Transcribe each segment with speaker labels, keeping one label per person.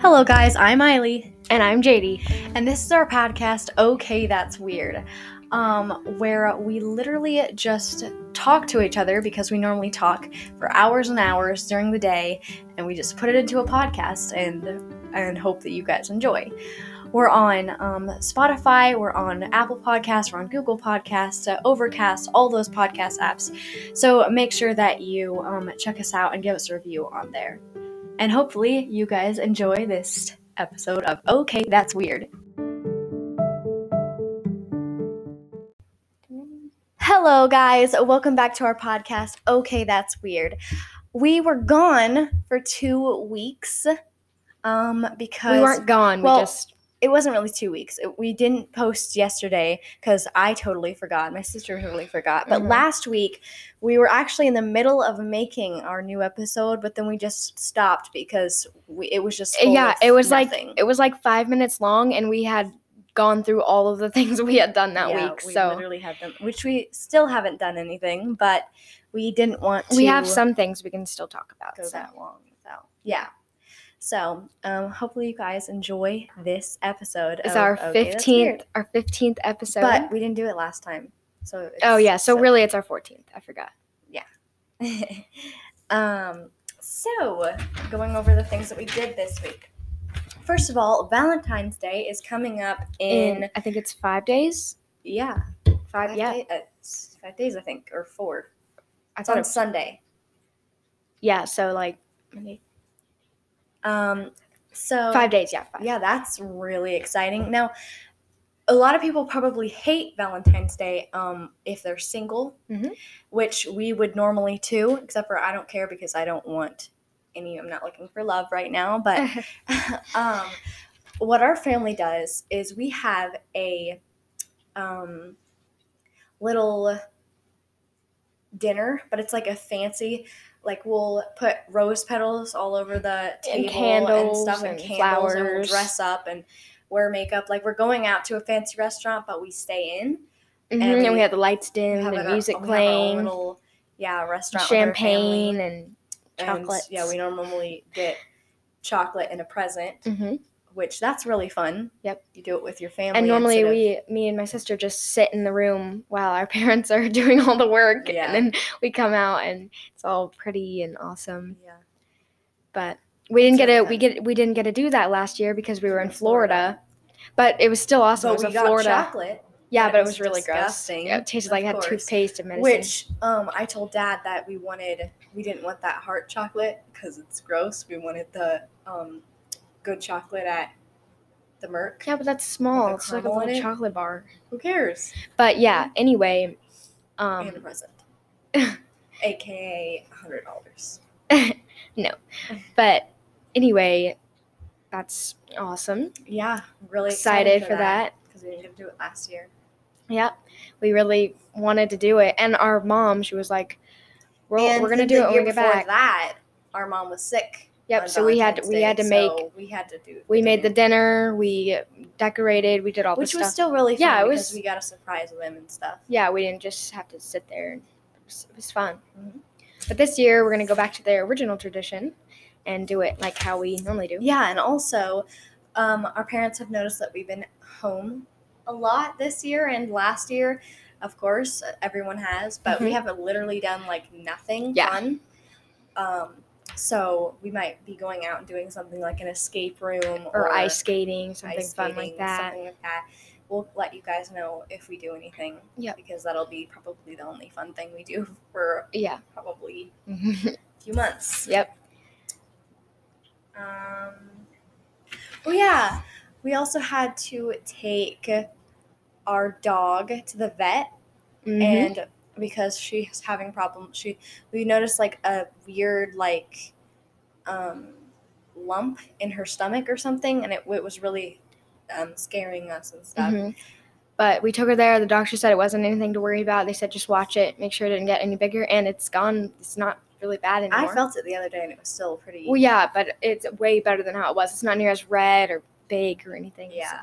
Speaker 1: Hello, guys. I'm Eiley,
Speaker 2: And I'm JD.
Speaker 1: and this is our podcast, Okay, That's Weird, um, where we literally just talk to each other because we normally talk for hours and hours during the day, and we just put it into a podcast and and hope that you guys enjoy. We're on um, Spotify, we're on Apple Podcasts, we're on Google Podcasts, uh, Overcast, all those podcast apps. So make sure that you um, check us out and give us a review on there. And hopefully, you guys enjoy this episode of Okay, That's Weird. Hello, guys. Welcome back to our podcast, Okay, That's Weird. We were gone for two weeks um, because
Speaker 2: We weren't gone.
Speaker 1: well,
Speaker 2: we just
Speaker 1: it wasn't really two weeks. It- we didn't post yesterday because I totally forgot. My sister totally forgot. But
Speaker 2: Mhm.
Speaker 1: last week, we were actually in the middle of making our new episode, but then we just stopped because we, it was just full
Speaker 2: yeah.
Speaker 1: of
Speaker 2: It was
Speaker 1: nothing.
Speaker 2: like it was like five minutes long, and we had gone through all of the things we had done that
Speaker 1: Yeah,
Speaker 2: week.
Speaker 1: we
Speaker 2: so
Speaker 1: literally had them, which we still haven't done anything, but we didn't want to.
Speaker 2: we have some things we can still talk about.
Speaker 1: go
Speaker 2: so.
Speaker 1: that long without. Yeah. So, um, hopefully you guys enjoy this episode.
Speaker 2: It's
Speaker 1: of
Speaker 2: our
Speaker 1: Okay, Oh, That's
Speaker 2: fifteenth,
Speaker 1: Weird.
Speaker 2: our fifteenth episode.
Speaker 1: but we didn't do it last time. So it's-
Speaker 2: oh yeah, so really it's our fourteenth. I forgot.
Speaker 1: um, so going over the things that we did this week. First of all, Valentine's Day is coming up in,
Speaker 2: I think it's five days.
Speaker 1: yeah
Speaker 2: Five. yeah,
Speaker 1: day- uh, s- five days I think or four.
Speaker 2: I
Speaker 1: It's
Speaker 2: thought
Speaker 1: on
Speaker 2: it's
Speaker 1: Sunday.
Speaker 2: yeah. So like Monday-
Speaker 1: Um, so
Speaker 2: five days. Yeah, five.
Speaker 1: Yeah, that's really exciting. Now, a lot of people probably hate Valentine's Day um, if they're single,
Speaker 2: Mhm.
Speaker 1: which we would normally too, except for I don't care because I don't want any, I'm not looking for love right now. But
Speaker 2: Mm-hmm,
Speaker 1: um, what our family does is we have a um, little dinner, but it's like a fancy. Like we'll put rose petals all over the table
Speaker 2: And
Speaker 1: and,
Speaker 2: candles
Speaker 1: stuff, and,
Speaker 2: and
Speaker 1: candles, and we'll
Speaker 2: flowers.
Speaker 1: dress up and wear makeup. Like we're going out to a fancy restaurant, but we stay in.
Speaker 2: Mhm,
Speaker 1: and
Speaker 2: and
Speaker 1: we-
Speaker 2: we had the lights dim,
Speaker 1: have
Speaker 2: the
Speaker 1: like, our-
Speaker 2: music
Speaker 1: we have our own
Speaker 2: playing,
Speaker 1: little, yeah, restaurant, with our family.
Speaker 2: champagne, and
Speaker 1: And, yeah,
Speaker 2: chocolates.
Speaker 1: we normally get chocolate and a present
Speaker 2: mhm.
Speaker 1: which that's really fun.
Speaker 2: Yep.
Speaker 1: You do it with your family.
Speaker 2: and normally
Speaker 1: instead of-
Speaker 2: we me and my sister just sit in the room while our parents are doing all the work
Speaker 1: Yeah.
Speaker 2: and then we come out and it's all pretty and awesome
Speaker 1: yeah.
Speaker 2: but we didn't
Speaker 1: So
Speaker 2: get to
Speaker 1: fun.
Speaker 2: we get we didn't get to do that last year because we were in Florida, but it was still awesome
Speaker 1: But
Speaker 2: it
Speaker 1: we
Speaker 2: was a
Speaker 1: got
Speaker 2: Florida
Speaker 1: chocolate,
Speaker 2: yeah
Speaker 1: and
Speaker 2: but
Speaker 1: it
Speaker 2: it was,
Speaker 1: was
Speaker 2: really
Speaker 1: disgusting,
Speaker 2: gross Yeah, it tasted like
Speaker 1: of
Speaker 2: it had
Speaker 1: course.
Speaker 2: toothpaste and medicine
Speaker 1: which um I told Dad that we wanted. We didn't want that heart chocolate because it's gross. We wanted the um good chocolate at the Merck.
Speaker 2: yeah but that's small it's like a
Speaker 1: caramel in
Speaker 2: little
Speaker 1: it.
Speaker 2: chocolate bar
Speaker 1: Who cares?
Speaker 2: but yeah anyway um
Speaker 1: and a present, aka hundred dollars.
Speaker 2: but anyway that's awesome
Speaker 1: Yeah, really
Speaker 2: excited for that.
Speaker 1: because we didn't get to do it last year.
Speaker 2: Yeah, we really wanted to do it, and our mom, she was like, "We're
Speaker 1: And
Speaker 2: we're gonna
Speaker 1: the
Speaker 2: do it when
Speaker 1: year
Speaker 2: we get
Speaker 1: before
Speaker 2: back."
Speaker 1: That our mom was sick. on
Speaker 2: Yep. So we had
Speaker 1: Valentine's
Speaker 2: we had
Speaker 1: Day,
Speaker 2: to make
Speaker 1: so we had to do
Speaker 2: we made
Speaker 1: dinner.
Speaker 2: the dinner, we decorated, we did all
Speaker 1: which
Speaker 2: the
Speaker 1: was
Speaker 2: stuff.
Speaker 1: still really fun
Speaker 2: Yeah, it
Speaker 1: because
Speaker 2: was-
Speaker 1: we got a surprise with him and stuff.
Speaker 2: yeah, we didn't just have to sit there. and It was, it was fun. Mm-hmm.
Speaker 1: Mhm.
Speaker 2: But this year we're gonna go back to their original tradition and do it like how we normally do.
Speaker 1: Yeah, and also, um, our parents have noticed that we've been home a lot this year and last year. Of course, everyone has, but we
Speaker 2: Mhm.
Speaker 1: haven't literally done like nothing
Speaker 2: Yeah.
Speaker 1: fun. Um, so we might be going out and doing something like an escape room
Speaker 2: Or ice skating, something
Speaker 1: ice
Speaker 2: fun
Speaker 1: skating,
Speaker 2: like that.
Speaker 1: Something like that. We'll let you guys know if we do anything.
Speaker 2: Yep.
Speaker 1: Because that'll be probably the only fun thing we do for
Speaker 2: Yeah.
Speaker 1: probably a few months.
Speaker 2: yep.
Speaker 1: Um, well, yeah, we also had to take our dog to the vet,
Speaker 2: Mhm.
Speaker 1: and because she's having problems, she we noticed like a weird like um, lump in her stomach or something, and it, it was really um, scaring us and stuff.
Speaker 2: Mhm. But we took her there. The doctor said it wasn't anything to worry about. They said just watch it, make sure it didn't get any bigger, and it's gone. It's not really bad anymore.
Speaker 1: I felt it the other day, and it was still pretty.
Speaker 2: well, yeah, but it's way better than how it was. It's not near as red or big or anything. so
Speaker 1: yeah.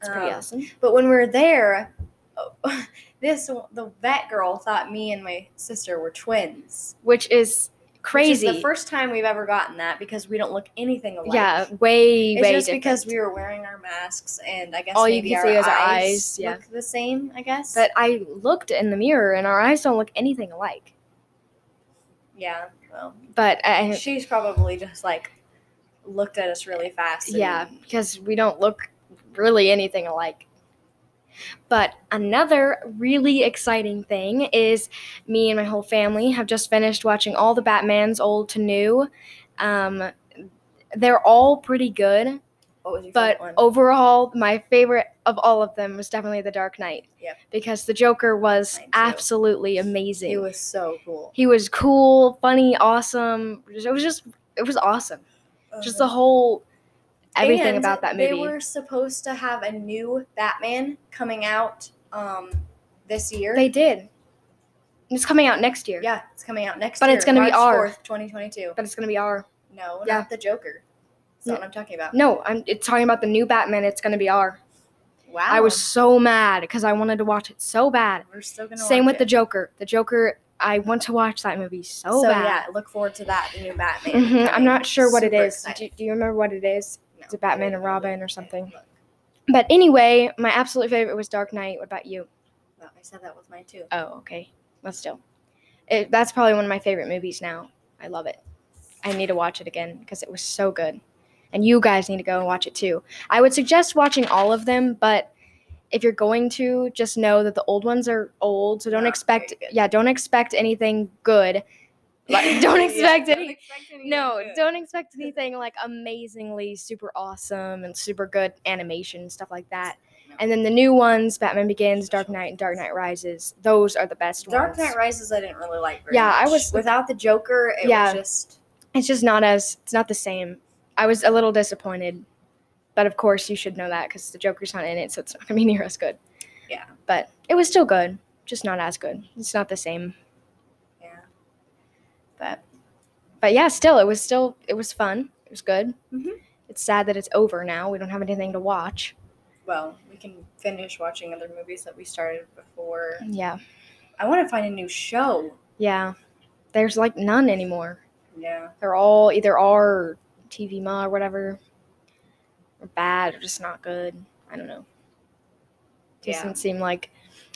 Speaker 2: it's pretty
Speaker 1: Um,
Speaker 2: awesome.
Speaker 1: But when we were there, oh, this the vet girl thought me and my sister were twins.
Speaker 2: Which is
Speaker 1: Which is
Speaker 2: crazy.
Speaker 1: the first time we've ever gotten that because we don't look anything alike.
Speaker 2: yeah, way
Speaker 1: It's
Speaker 2: way
Speaker 1: just
Speaker 2: different.
Speaker 1: because we were wearing our masks and I guess
Speaker 2: All you
Speaker 1: maybe
Speaker 2: can
Speaker 1: our
Speaker 2: see is our
Speaker 1: eyes
Speaker 2: eyes, yeah.
Speaker 1: look the same, I guess.
Speaker 2: But I looked in the mirror and our eyes don't look anything alike.
Speaker 1: yeah, well,
Speaker 2: But I,
Speaker 1: she's probably just like looked at us really fast. and-
Speaker 2: yeah, because we don't look really anything alike. But another really exciting thing is me and my whole family have just finished watching all the Batmans, old to new. Um, they're all pretty good.
Speaker 1: What was your
Speaker 2: But oh,
Speaker 1: favorite one?
Speaker 2: overall, my favorite of all of them was definitely The Dark Knight.
Speaker 1: Yep.
Speaker 2: Because the Joker was
Speaker 1: Mine too.
Speaker 2: absolutely amazing.
Speaker 1: he was so cool.
Speaker 2: He was cool, funny, awesome. Just- It was just, it was awesome. Just the whole, everything
Speaker 1: Uh-huh. And
Speaker 2: about that
Speaker 1: They
Speaker 2: movie.
Speaker 1: were supposed to have a new Batman coming out um this year.
Speaker 2: They did. It's coming out next year.
Speaker 1: yeah, it's coming out next
Speaker 2: But
Speaker 1: year.
Speaker 2: it's gonna be
Speaker 1: March
Speaker 2: R.
Speaker 1: 4th, 2022.
Speaker 2: But it's gonna be R.
Speaker 1: No,
Speaker 2: Yeah.
Speaker 1: not the Joker. That's not
Speaker 2: N-
Speaker 1: what I'm talking about.
Speaker 2: No, I'm it's talking about the new Batman. It's gonna be R.
Speaker 1: Wow.
Speaker 2: I was so mad because I wanted to watch it so bad.
Speaker 1: We're still gonna
Speaker 2: Same
Speaker 1: watch
Speaker 2: with the
Speaker 1: it.
Speaker 2: Joker. The Joker. I want to watch that movie so,
Speaker 1: so
Speaker 2: oh, bad.
Speaker 1: yeah, look forward to that the new Batman.
Speaker 2: hmm I'm
Speaker 1: coming.
Speaker 2: not sure what it
Speaker 1: Super
Speaker 2: is. Do,
Speaker 1: excited.
Speaker 2: do you remember what it is?
Speaker 1: No,
Speaker 2: it's a Batman
Speaker 1: I don't
Speaker 2: and
Speaker 1: know.
Speaker 2: Robin or something.
Speaker 1: Look,
Speaker 2: But anyway, my absolute favorite was Dark Knight. What about you?
Speaker 1: well, I said that with mine too.
Speaker 2: Oh, okay. Well, still, it, that's probably one of my favorite movies now. I love it. I need to watch it again because it was so good. And you guys need to go and watch it too. I would suggest watching all of them, but if you're going to, just know that the old ones are old, so don't
Speaker 1: Not
Speaker 2: expect.
Speaker 1: very good.
Speaker 2: Yeah, don't expect anything good. Like, don't
Speaker 1: Yeah,
Speaker 2: expect
Speaker 1: don't
Speaker 2: any-
Speaker 1: expect anything
Speaker 2: No,
Speaker 1: good.
Speaker 2: don't expect anything like amazingly super awesome and super good animation stuff like that.
Speaker 1: No.
Speaker 2: And then the new ones, Batman Begins, Dark Knight, and Dark Knight Rises. Those are the best
Speaker 1: Dark
Speaker 2: ones.
Speaker 1: Knight Rises, I didn't really like. Very
Speaker 2: Yeah, I
Speaker 1: much.
Speaker 2: was-
Speaker 1: without the Joker. It was
Speaker 2: Yeah.
Speaker 1: just
Speaker 2: it's just not as it's not the same. I was a little disappointed, but of course you should know that because the Joker's not in it, so it's not gonna be near as good.
Speaker 1: Yeah.
Speaker 2: But it was still good, just not as good. It's not the same.
Speaker 1: yeah.
Speaker 2: But but yeah, still it was still it was fun. It was good.
Speaker 1: Mhm.
Speaker 2: It's sad that it's over now. We don't have anything to watch.
Speaker 1: Well, we can finish watching other movies that we started before.
Speaker 2: Yeah.
Speaker 1: I want to find a new show.
Speaker 2: Yeah. There's like none anymore.
Speaker 1: Yeah.
Speaker 2: They're all either R or TV Ma or whatever. Or bad or just not good. I don't know.
Speaker 1: Yeah.
Speaker 2: Doesn't seem like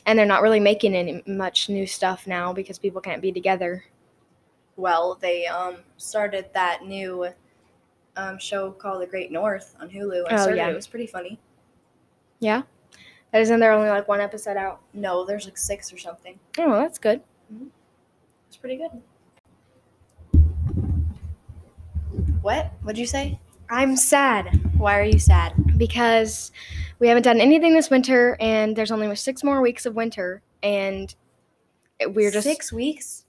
Speaker 2: and they're not really making any much new stuff now because people can't be together.
Speaker 1: Well, they um started that new um show called The Great North on Hulu. I
Speaker 2: Oh,
Speaker 1: started
Speaker 2: yeah.
Speaker 1: it. It was pretty funny.
Speaker 2: That isn't there only like one episode out.
Speaker 1: No, there's like six or something.
Speaker 2: Oh, well, that's good.
Speaker 1: It's pretty good. What? What'd you say?
Speaker 2: I'm sad
Speaker 1: Why are you sad?
Speaker 2: because we haven't done anything this winter and there's only six more weeks of winter and we're just
Speaker 1: six weeks.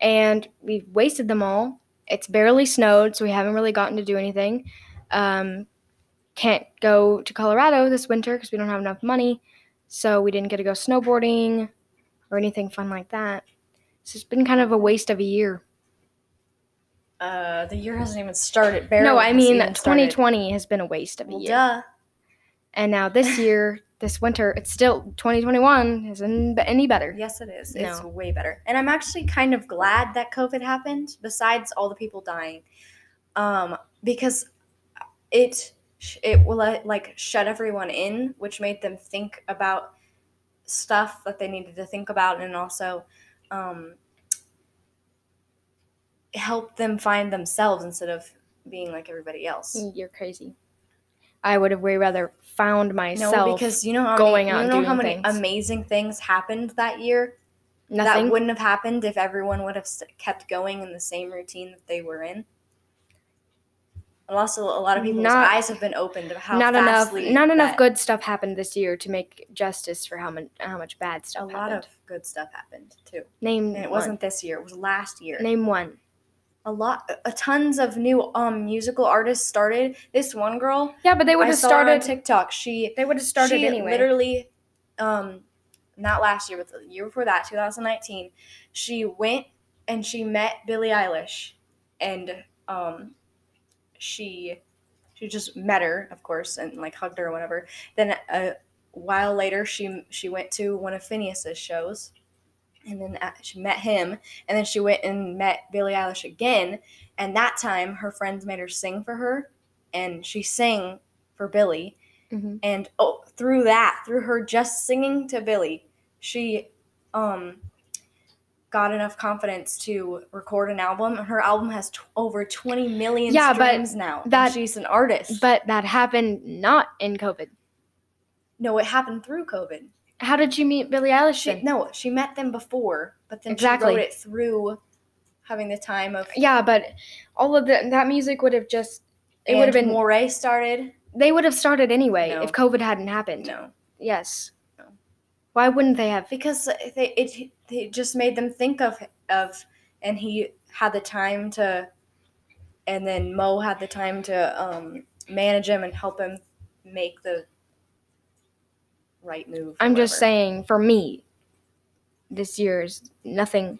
Speaker 2: and we've wasted them all. It's barely snowed, so we haven't really gotten to do anything. Um, can't go to Colorado this winter because we don't have enough money, so we didn't get to go snowboarding or anything fun like that. So it's been kind of a waste of a year.
Speaker 1: Uh, the year hasn't even started. Barely
Speaker 2: no, I
Speaker 1: hasn't
Speaker 2: mean
Speaker 1: even started.
Speaker 2: 2020 has been a waste of a
Speaker 1: Well,
Speaker 2: year,
Speaker 1: duh.
Speaker 2: and now this year, this winter, it's still 2021 isn't any better.
Speaker 1: Yes, it is. It's
Speaker 2: No.
Speaker 1: way better. And I'm actually kind of glad that COVID happened, besides all the people dying, um, because it sh- it will uh, like shut everyone in, which made them think about stuff that they needed to think about, and also um, help them find themselves instead of being like everybody else.
Speaker 2: You're crazy. I would have way rather found myself.
Speaker 1: No, because you know how
Speaker 2: going
Speaker 1: many,
Speaker 2: out
Speaker 1: you
Speaker 2: and
Speaker 1: know
Speaker 2: doing
Speaker 1: how many
Speaker 2: things.
Speaker 1: amazing things happened that year
Speaker 2: nothing.
Speaker 1: that wouldn't have happened if everyone would have st- kept going in the same routine that they were in. And also, a lot of people's
Speaker 2: Not-
Speaker 1: eyes have been opened to how
Speaker 2: not enough
Speaker 1: fastly
Speaker 2: not enough
Speaker 1: that-
Speaker 2: good stuff happened this year to make justice for how much how much bad
Speaker 1: A
Speaker 2: stuff
Speaker 1: lot
Speaker 2: happened. Mm,
Speaker 1: of good stuff happened too,
Speaker 2: name
Speaker 1: and it
Speaker 2: one.
Speaker 1: wasn't this year; it was last year.
Speaker 2: name one.
Speaker 1: A lot, a tons of new um musical artists started. This one girl,
Speaker 2: Yeah, but they would
Speaker 1: I
Speaker 2: have
Speaker 1: saw her on
Speaker 2: started
Speaker 1: TikTok. She
Speaker 2: they would have started
Speaker 1: she
Speaker 2: anyway.
Speaker 1: Literally, um, not last year, but the year before that, 2019, she went and she met Billie Eilish, and um, she she just met her, of course, and like hugged her or whatever. Then a while later, she she went to one of Phineas's shows, and then a- she met him, and then she went and met Billie Eilish again. And that time, her friends made her sing for her, and she sang for Billie.
Speaker 2: hmm
Speaker 1: And oh, through that, through her just singing to Billie, she um got enough confidence to record an album. And her album has t- over 20 million
Speaker 2: Yeah, but
Speaker 1: streams now. and
Speaker 2: that-
Speaker 1: she's an artist.
Speaker 2: But that happened not in COVID.
Speaker 1: no, it happened through COVID.
Speaker 2: How did you meet Billie Eilish?
Speaker 1: She,
Speaker 2: then?
Speaker 1: no, she met them before, but then
Speaker 2: Exactly.
Speaker 1: she wrote it through having the time of.
Speaker 2: Yeah, but all of the, that music would have just it would have
Speaker 1: and
Speaker 2: been
Speaker 1: Moray started.
Speaker 2: they would have started anyway
Speaker 1: No.
Speaker 2: if COVID hadn't happened.
Speaker 1: No,
Speaker 2: Yes.
Speaker 1: No.
Speaker 2: Why wouldn't they have?
Speaker 1: because they it they just made them think of of, and he had the time to, and then Mo had the time to um, manage him and help him make the right move. or
Speaker 2: I'm just
Speaker 1: whatever.
Speaker 2: saying for me this year's nothing.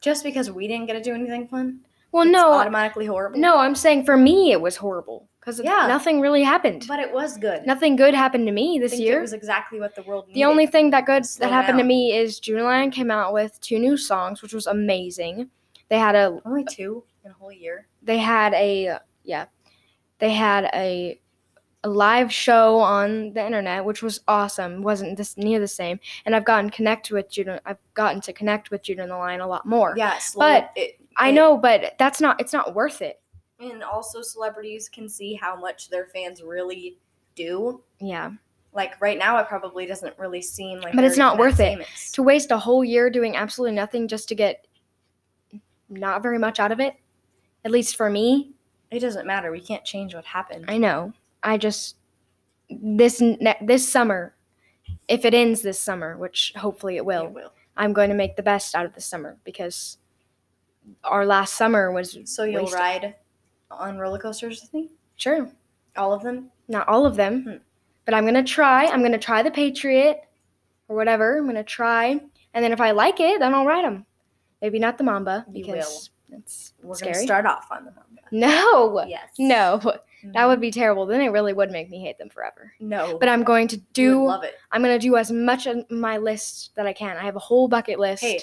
Speaker 1: just because we didn't get to do anything fun,
Speaker 2: Well,
Speaker 1: it's
Speaker 2: no. uh,
Speaker 1: automatically horrible.
Speaker 2: no, I'm saying for me it was horrible cuz
Speaker 1: Yeah.
Speaker 2: nothing really happened.
Speaker 1: but it was good.
Speaker 2: nothing good happened to me
Speaker 1: I
Speaker 2: this
Speaker 1: think
Speaker 2: year.
Speaker 1: it was exactly what the world.
Speaker 2: The only
Speaker 1: needed.
Speaker 2: thing that good
Speaker 1: Slow
Speaker 2: that happened to
Speaker 1: down.
Speaker 2: me is June Lion came out with two new songs, which was amazing. They had a
Speaker 1: only two in a whole year.
Speaker 2: they had a yeah, they had a, a live show on the internet, which was awesome. wasn't this near the same, and I've gotten connect with June. I've gotten to connect with June and the Lion a lot more.
Speaker 1: Yeah, slow,
Speaker 2: But
Speaker 1: it,
Speaker 2: I
Speaker 1: it-
Speaker 2: know, but that's not it's not worth it.
Speaker 1: and also celebrities can see how much their fans really do.
Speaker 2: Yeah,
Speaker 1: Like right now, it probably doesn't really seem like.
Speaker 2: But it's
Speaker 1: they're
Speaker 2: not
Speaker 1: that
Speaker 2: worth it.
Speaker 1: famous.
Speaker 2: to waste a whole year doing absolutely nothing just to get not very much out of it. At least for me,
Speaker 1: It doesn't matter. We can't change what happened.
Speaker 2: I know. I just this ne- this summer, if it ends this summer, which hopefully it
Speaker 1: It
Speaker 2: will, I'm going to make the best out of the summer because our last summer was
Speaker 1: So you'll
Speaker 2: wasted.
Speaker 1: ride on roller coasters with me,
Speaker 2: Sure,
Speaker 1: all of them.
Speaker 2: not all of them,
Speaker 1: Hmm.
Speaker 2: but I'm gonna try. I'm gonna try the Patriot or whatever. I'm gonna try, and then if I like it, then I'll ride them. Maybe not the Mamba
Speaker 1: You will.
Speaker 2: because it's
Speaker 1: We're gonna
Speaker 2: scary.
Speaker 1: start off on the Mamba.
Speaker 2: no,
Speaker 1: Yes.
Speaker 2: no, that
Speaker 1: Mhm.
Speaker 2: would be terrible. Then it really would make me hate them forever.
Speaker 1: no.
Speaker 2: But I'm going to
Speaker 1: You
Speaker 2: do
Speaker 1: would love it.
Speaker 2: I'm gonna do as much of my list that I can. I have a whole bucket list.
Speaker 1: Hey,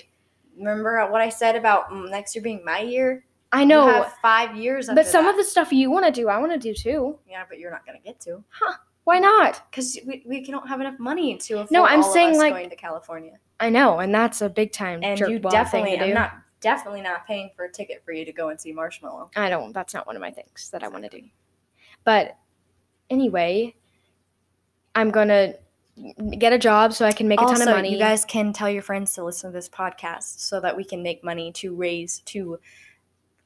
Speaker 1: remember what I said about mm, next year being my year?
Speaker 2: I
Speaker 1: You
Speaker 2: know,
Speaker 1: have five years.
Speaker 2: but
Speaker 1: after
Speaker 2: some
Speaker 1: that.
Speaker 2: of the stuff you want to do, I want to do too.
Speaker 1: yeah, but you're not gonna get to.
Speaker 2: Why not?
Speaker 1: because we, we don't have enough money to afford
Speaker 2: No, I'm
Speaker 1: all
Speaker 2: saying,
Speaker 1: of us
Speaker 2: like-
Speaker 1: going to California,
Speaker 2: I know, and that's a big time.
Speaker 1: and
Speaker 2: jerk
Speaker 1: you
Speaker 2: ball
Speaker 1: definitely
Speaker 2: thing to
Speaker 1: I'm
Speaker 2: do.
Speaker 1: not definitely not paying for a ticket for you to go and see Marshmallow.
Speaker 2: I don't. That's not one of my things that I want to do. But anyway, I'm gonna get a job so I can make a
Speaker 1: also,
Speaker 2: ton of money.
Speaker 1: you guys can tell your friends to listen to this podcast so that we can make money to raise to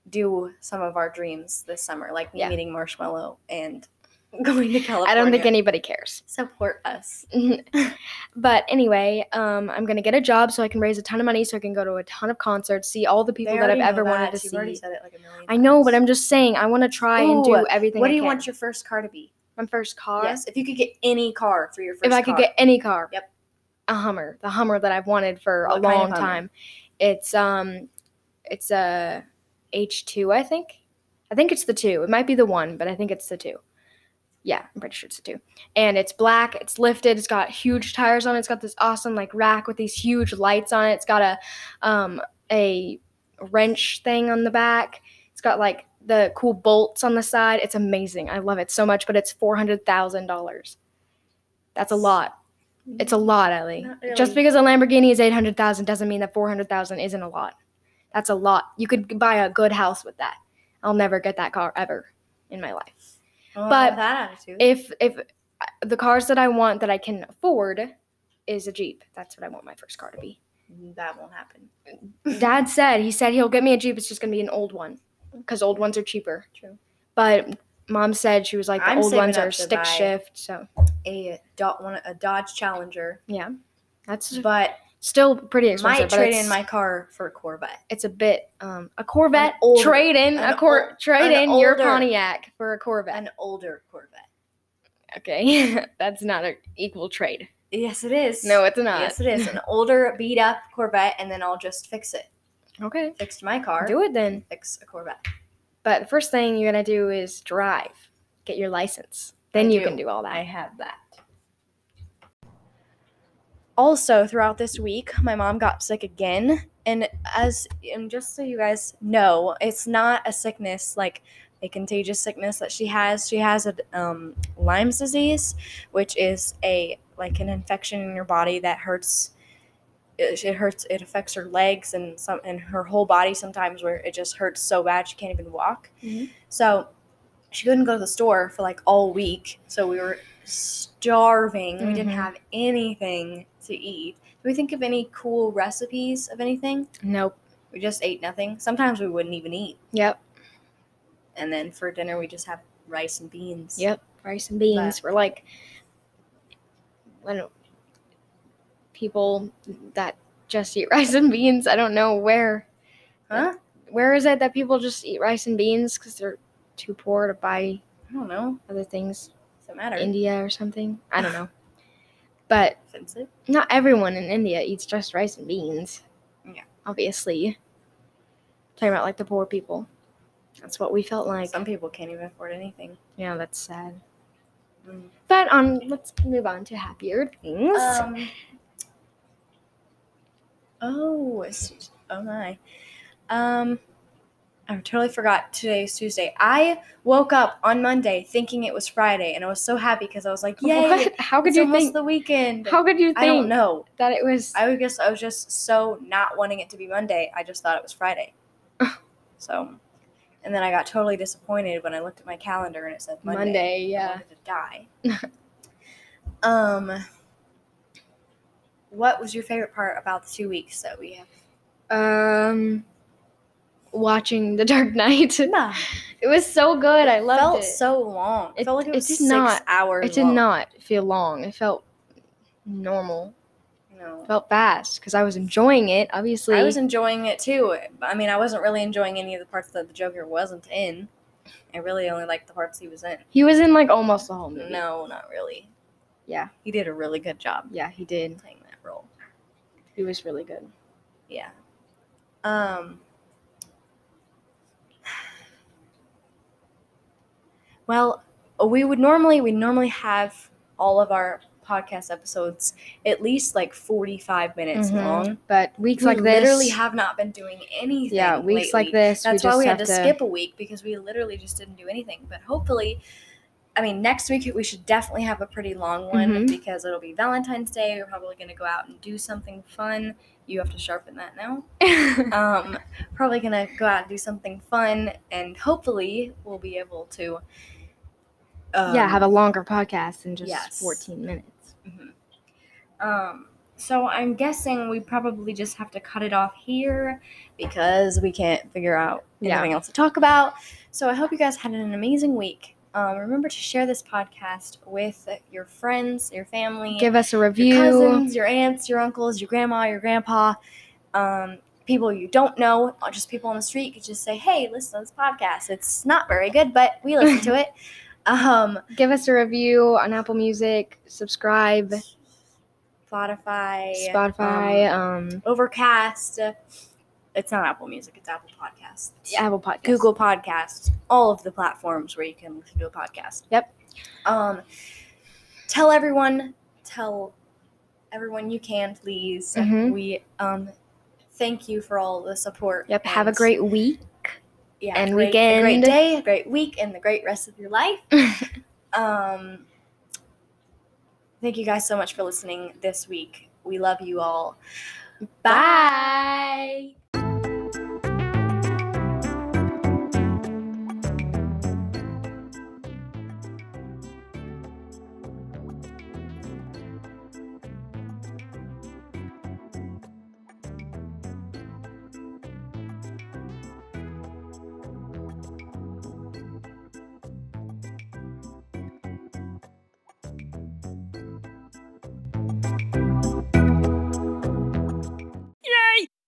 Speaker 1: do some of our dreams this summer, like me
Speaker 2: Yeah.
Speaker 1: meeting Marshmallow and going to California.
Speaker 2: I don't think anybody cares.
Speaker 1: support us.
Speaker 2: But anyway, um, I'm gonna get a job so I can raise a ton of money so I can go to a ton of concerts, see all the people
Speaker 1: They
Speaker 2: that I've
Speaker 1: already know
Speaker 2: ever wanted
Speaker 1: that.
Speaker 2: to
Speaker 1: You've
Speaker 2: see.
Speaker 1: already said it like a million
Speaker 2: I know,
Speaker 1: times.
Speaker 2: but I'm just saying I want to try and do
Speaker 1: Ooh,
Speaker 2: everything.
Speaker 1: What
Speaker 2: I
Speaker 1: do you
Speaker 2: can.
Speaker 1: want your first car to be?
Speaker 2: My first car.
Speaker 1: Yes, if you could get any car for your first.
Speaker 2: if I could
Speaker 1: car.
Speaker 2: get any car.
Speaker 1: Yep.
Speaker 2: A Hummer, the Hummer that I've wanted for
Speaker 1: What
Speaker 2: a
Speaker 1: kind of
Speaker 2: long
Speaker 1: Hummer?
Speaker 2: time. It's um, it's a H two, I think. I think it's the two. It might be the one, but I think it's the two. Yeah, I'm pretty sure it's the two. And it's black. It's lifted. It's got huge tires on it. It's got this awesome like rack with these huge lights on it. It's got a um a wrench thing on the back. It's got like the cool bolts on the side. It's amazing. I love it so much. But it's four hundred thousand dollars. That's a lot. It's a lot, Ellie.
Speaker 1: Not really.
Speaker 2: Just because a Lamborghini is eight hundred thousand doesn't mean that four hundred thousand isn't a lot. That's a lot. You could buy a good house with that. I'll never get that car ever in my life.
Speaker 1: Well,
Speaker 2: but
Speaker 1: with that attitude.
Speaker 2: If if uh, the cars that I want that I can afford is a Jeep, that's what I want my first car to be.
Speaker 1: That won't happen.
Speaker 2: Dad said he said he'll get me a Jeep. It's just gonna be an old one because old ones are cheaper.
Speaker 1: True.
Speaker 2: But mom said she was like the
Speaker 1: I'm
Speaker 2: old
Speaker 1: saving
Speaker 2: ones
Speaker 1: up
Speaker 2: are
Speaker 1: to
Speaker 2: stick
Speaker 1: buy-
Speaker 2: shift. So
Speaker 1: A Do- one, a Dodge Challenger,
Speaker 2: yeah, that's
Speaker 1: but
Speaker 2: still pretty expensive.
Speaker 1: might
Speaker 2: but
Speaker 1: trade
Speaker 2: it's-
Speaker 1: in my car for a Corvette.
Speaker 2: it's a bit um a Corvette
Speaker 1: older-
Speaker 2: trade in a
Speaker 1: an
Speaker 2: cor-
Speaker 1: ol-
Speaker 2: trade
Speaker 1: an
Speaker 2: in your
Speaker 1: older-
Speaker 2: Pontiac for a Corvette.
Speaker 1: An older Corvette.
Speaker 2: Okay, that's not an equal trade.
Speaker 1: Yes, it is.
Speaker 2: No, it's not.
Speaker 1: yes, it is. An older, beat up Corvette, and then I'll just fix it.
Speaker 2: Okay,
Speaker 1: Fixed my car.
Speaker 2: do it then.
Speaker 1: Fix a Corvette.
Speaker 2: But the first thing you're gonna do is drive, get your license. Then
Speaker 1: I
Speaker 2: you
Speaker 1: do.
Speaker 2: can do all that.
Speaker 1: have that. also throughout this week my mom got sick again and as and just so you guys know it's not a sickness like a contagious sickness that she has she has a um, lyme's disease which is a like an infection in your body that hurts it, it hurts it affects her legs and some and her whole body sometimes where it just hurts so bad she can't even walk
Speaker 2: Mhm.
Speaker 1: so she couldn't go to the store for like all week so we were starving we didn't
Speaker 2: Mhm.
Speaker 1: have anything to eat do we think of any cool recipes of anything
Speaker 2: Nope.
Speaker 1: we just ate nothing sometimes we wouldn't even eat
Speaker 2: Yep.
Speaker 1: and then for dinner we just have rice and beans
Speaker 2: Yep. Rice and beans were like when people that just eat rice and beans. I don't know where
Speaker 1: huh
Speaker 2: where is it that people just eat rice and beans because they're too poor to buy
Speaker 1: i don't know
Speaker 2: other things.
Speaker 1: doesn't matter
Speaker 2: India or something. I don't know. but
Speaker 1: offensive
Speaker 2: not everyone in India eats just rice and beans.
Speaker 1: Yeah.
Speaker 2: Obviously. Talking about like the poor people. That's what we felt like.
Speaker 1: some people can't even afford anything
Speaker 2: yeah, that's sad.
Speaker 1: Mm.
Speaker 2: But on let's move on to happier things.
Speaker 1: Um, oh, it's, oh my. Um, I totally forgot today's Tuesday. I woke up on Monday thinking it was Friday, and I was so happy because I was like, "Yay!
Speaker 2: What? How could
Speaker 1: It's
Speaker 2: you
Speaker 1: almost
Speaker 2: think
Speaker 1: the weekend."
Speaker 2: how could you
Speaker 1: I don't
Speaker 2: think
Speaker 1: know.
Speaker 2: that it was
Speaker 1: I would guess I was just so not wanting it to be Monday. I just thought it was Friday. so, and then I got totally disappointed when I looked at my calendar and it said
Speaker 2: Monday,
Speaker 1: Monday. I
Speaker 2: yeah.
Speaker 1: wanted to die. um, what was your favorite part about the two weeks that we have?
Speaker 2: Um watching The Dark Knight. it was so good. I loved
Speaker 1: felt
Speaker 2: it.
Speaker 1: so long. It,
Speaker 2: It-
Speaker 1: felt like it
Speaker 2: it
Speaker 1: was
Speaker 2: did
Speaker 1: six
Speaker 2: not-
Speaker 1: hours.
Speaker 2: it did
Speaker 1: long.
Speaker 2: not feel long. It felt normal.
Speaker 1: No.
Speaker 2: felt fast because I was enjoying it. Obviously,
Speaker 1: I was enjoying it too. I mean, I wasn't really enjoying any of the parts that the Joker wasn't in. I really only liked the parts he was in.
Speaker 2: he was in like almost the whole movie.
Speaker 1: No, not really.
Speaker 2: Mm-hmm. Yeah.
Speaker 1: he did a really good job
Speaker 2: Yeah, he did.
Speaker 1: playing that role.
Speaker 2: He was really good.
Speaker 1: Yeah. Um. Well, we would normally we normally have all of our podcast episodes at least like forty five minutes
Speaker 2: Mhm.
Speaker 1: long.
Speaker 2: But weeks
Speaker 1: We
Speaker 2: like this,
Speaker 1: literally have not been doing anything.
Speaker 2: yeah, weeks like
Speaker 1: lately.
Speaker 2: this,
Speaker 1: That's
Speaker 2: we just
Speaker 1: why we
Speaker 2: have
Speaker 1: had to, skip a week because we literally just didn't do anything. But hopefully, I mean, next week we should definitely have a pretty long one
Speaker 2: Mhm.
Speaker 1: because it'll be Valentine's Day. We're probably going to go out and do something fun. You have to sharpen that now. Um, probably going to go out and do something fun, and hopefully, we'll be able to. Um,
Speaker 2: yeah, have a longer podcast than just
Speaker 1: yes.
Speaker 2: 14 minutes.
Speaker 1: Mhm. Um, so I'm guessing we probably just have to cut it off here because we can't figure out
Speaker 2: Yeah.
Speaker 1: anything else to talk about. So I hope you guys had an amazing week. Um, remember to share this podcast with your friends, your family,
Speaker 2: Give us a
Speaker 1: your
Speaker 2: review.
Speaker 1: cousins, your aunts, your uncles, your grandma, your grandpa, um, people you don't know, or just people on the street. You could just say, "Hey, listen to this podcast. It's not very good, but we listen to it." Um,
Speaker 2: Give us a review on Apple Music. Subscribe.
Speaker 1: Spotify,
Speaker 2: Spotify.
Speaker 1: um,
Speaker 2: Um,
Speaker 1: Overcast. Uh, It's not Apple Music, it's Apple Podcasts.
Speaker 2: Apple Podcast.
Speaker 1: Google Podcasts, all of the platforms where you can listen to a podcast.
Speaker 2: Yep.
Speaker 1: Um tell everyone, tell everyone you can, please.
Speaker 2: Mhm.
Speaker 1: We um thank you for all the support.
Speaker 2: Yep. Have a
Speaker 1: and-
Speaker 2: great week.
Speaker 1: yeah,
Speaker 2: and
Speaker 1: great, a great
Speaker 2: weekend.
Speaker 1: day, a great week, and the great rest of your life. um, thank you guys so much for listening this week. We love you all. Bye.
Speaker 2: Bye.